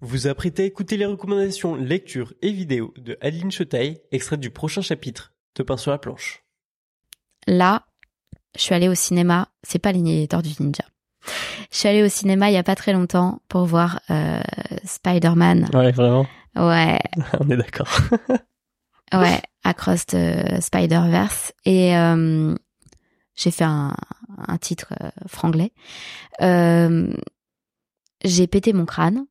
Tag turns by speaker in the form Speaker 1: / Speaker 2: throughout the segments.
Speaker 1: Vous apprêtez à écouter les recommandations, lectures et vidéos de Adeline Chetaille, extrait du prochain chapitre de Pain sur la planche.
Speaker 2: Là, je suis allée au cinéma. C'est pas les du ninja. Je suis allée au cinéma il y a pas très longtemps pour voir euh, Spider-Man.
Speaker 1: Ouais, vraiment,
Speaker 2: Ouais,
Speaker 1: on est d'accord.
Speaker 2: ouais, Across the Spider-Verse. Et euh, j'ai fait un, un titre euh, franglais. Euh, j'ai pété mon crâne.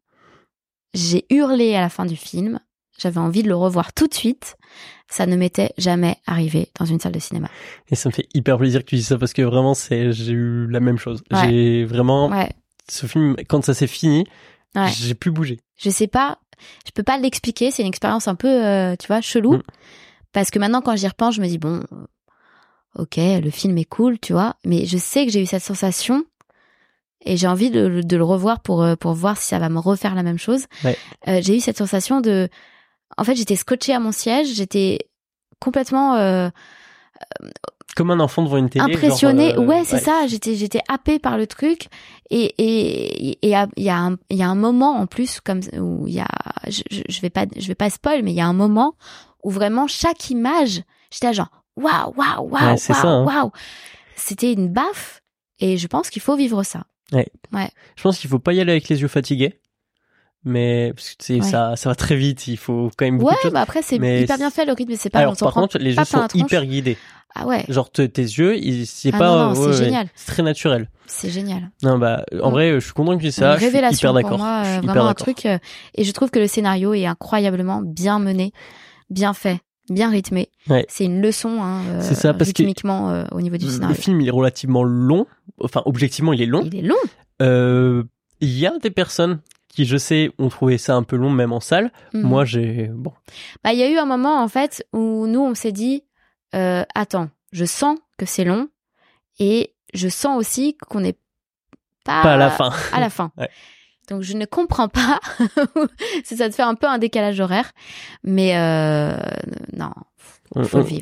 Speaker 2: J'ai hurlé à la fin du film. J'avais envie de le revoir tout de suite. Ça ne m'était jamais arrivé dans une salle de cinéma.
Speaker 1: Et ça me fait hyper plaisir que tu dises ça parce que vraiment, c'est j'ai eu la même chose.
Speaker 2: Ouais.
Speaker 1: J'ai vraiment
Speaker 2: Ouais.
Speaker 1: ce film quand ça s'est fini,
Speaker 2: Ouais.
Speaker 1: j'ai pu bouger.
Speaker 2: je sais pas, je peux pas l'expliquer, c'est une expérience un peu, euh, tu vois, chelou.
Speaker 1: Mm.
Speaker 2: Parce que maintenant, quand j'y repense, je me dis, bon, euh, ok, le film est cool, tu vois, mais je sais que j'ai eu cette sensation et j'ai envie de, de le revoir pour, euh, pour voir si ça va me refaire la même chose.
Speaker 1: Ouais.
Speaker 2: Euh, j'ai eu cette sensation de. En fait, j'étais scotchée à mon siège, j'étais complètement euh,
Speaker 1: Comme un enfant devant une télé. genre,
Speaker 2: impressionnée.
Speaker 1: euh,
Speaker 2: ouais, c'est ça, j'étais j'étais happée par le truc et et et il y a il y a un il y a un moment en plus comme où il y a je, je je vais pas je vais pas spoil mais il y a un moment où vraiment chaque image, j'étais là genre waouh waouh waouh
Speaker 1: Ouais, c'est ça, hein.
Speaker 2: waouh waouh. C'était une baffe et je pense qu'il faut vivre ça.
Speaker 1: Je pense qu'il faut pas y aller avec les yeux fatigués, mais parce que tu sais,
Speaker 2: Ouais.
Speaker 1: ça ça va très vite. Il faut quand même beaucoup
Speaker 2: Ouais,
Speaker 1: de choses.
Speaker 2: bah après c'est
Speaker 1: mais
Speaker 2: hyper bien
Speaker 1: c'est-
Speaker 2: fait le rythme, c'est pas on
Speaker 1: Alors
Speaker 2: s'en
Speaker 1: par
Speaker 2: prend-
Speaker 1: contre, les
Speaker 2: pas
Speaker 1: yeux sont
Speaker 2: plein la
Speaker 1: hyper guidés.
Speaker 2: Ah ouais,
Speaker 1: Genre te- tes yeux, ils- c'est
Speaker 2: Ah
Speaker 1: pas
Speaker 2: non, non, c'est génial.
Speaker 1: c'est très naturel.
Speaker 2: c'est génial.
Speaker 1: Non bah en
Speaker 2: Mm.
Speaker 1: vrai, je suis content que tu dises ça.
Speaker 2: Une
Speaker 1: je suis
Speaker 2: révélation
Speaker 1: hyper
Speaker 2: pour
Speaker 1: d'accord.
Speaker 2: moi,
Speaker 1: Je suis
Speaker 2: euh,
Speaker 1: hyper
Speaker 2: vraiment un
Speaker 1: d'accord.
Speaker 2: truc. euh, et je trouve que le scénario est incroyablement bien mené, bien fait, bien rythmé.
Speaker 1: Ouais.
Speaker 2: C'est une leçon, hein, euh,
Speaker 1: C'est ça, parce que-
Speaker 2: rythmiquement euh, au niveau du
Speaker 1: Le
Speaker 2: scénario.
Speaker 1: film, il est relativement long. Enfin, objectivement, il est long.
Speaker 2: Il est long.
Speaker 1: Euh, Il y a des personnes qui, je sais, ont trouvé ça un peu long, même en salle.
Speaker 2: Hmm.
Speaker 1: Moi, j'ai bon.
Speaker 2: Bah, il y a eu un moment en fait où nous on s'est dit, euh, attends, je sens que c'est long et je sens aussi qu'on n'est pas,
Speaker 1: Pas à la fin.
Speaker 2: à la fin.
Speaker 1: Ouais.
Speaker 2: Donc je ne comprends pas si ça te fait un peu un décalage horaire, mais euh, non,
Speaker 1: On,
Speaker 2: faut
Speaker 1: on-
Speaker 2: le vivre.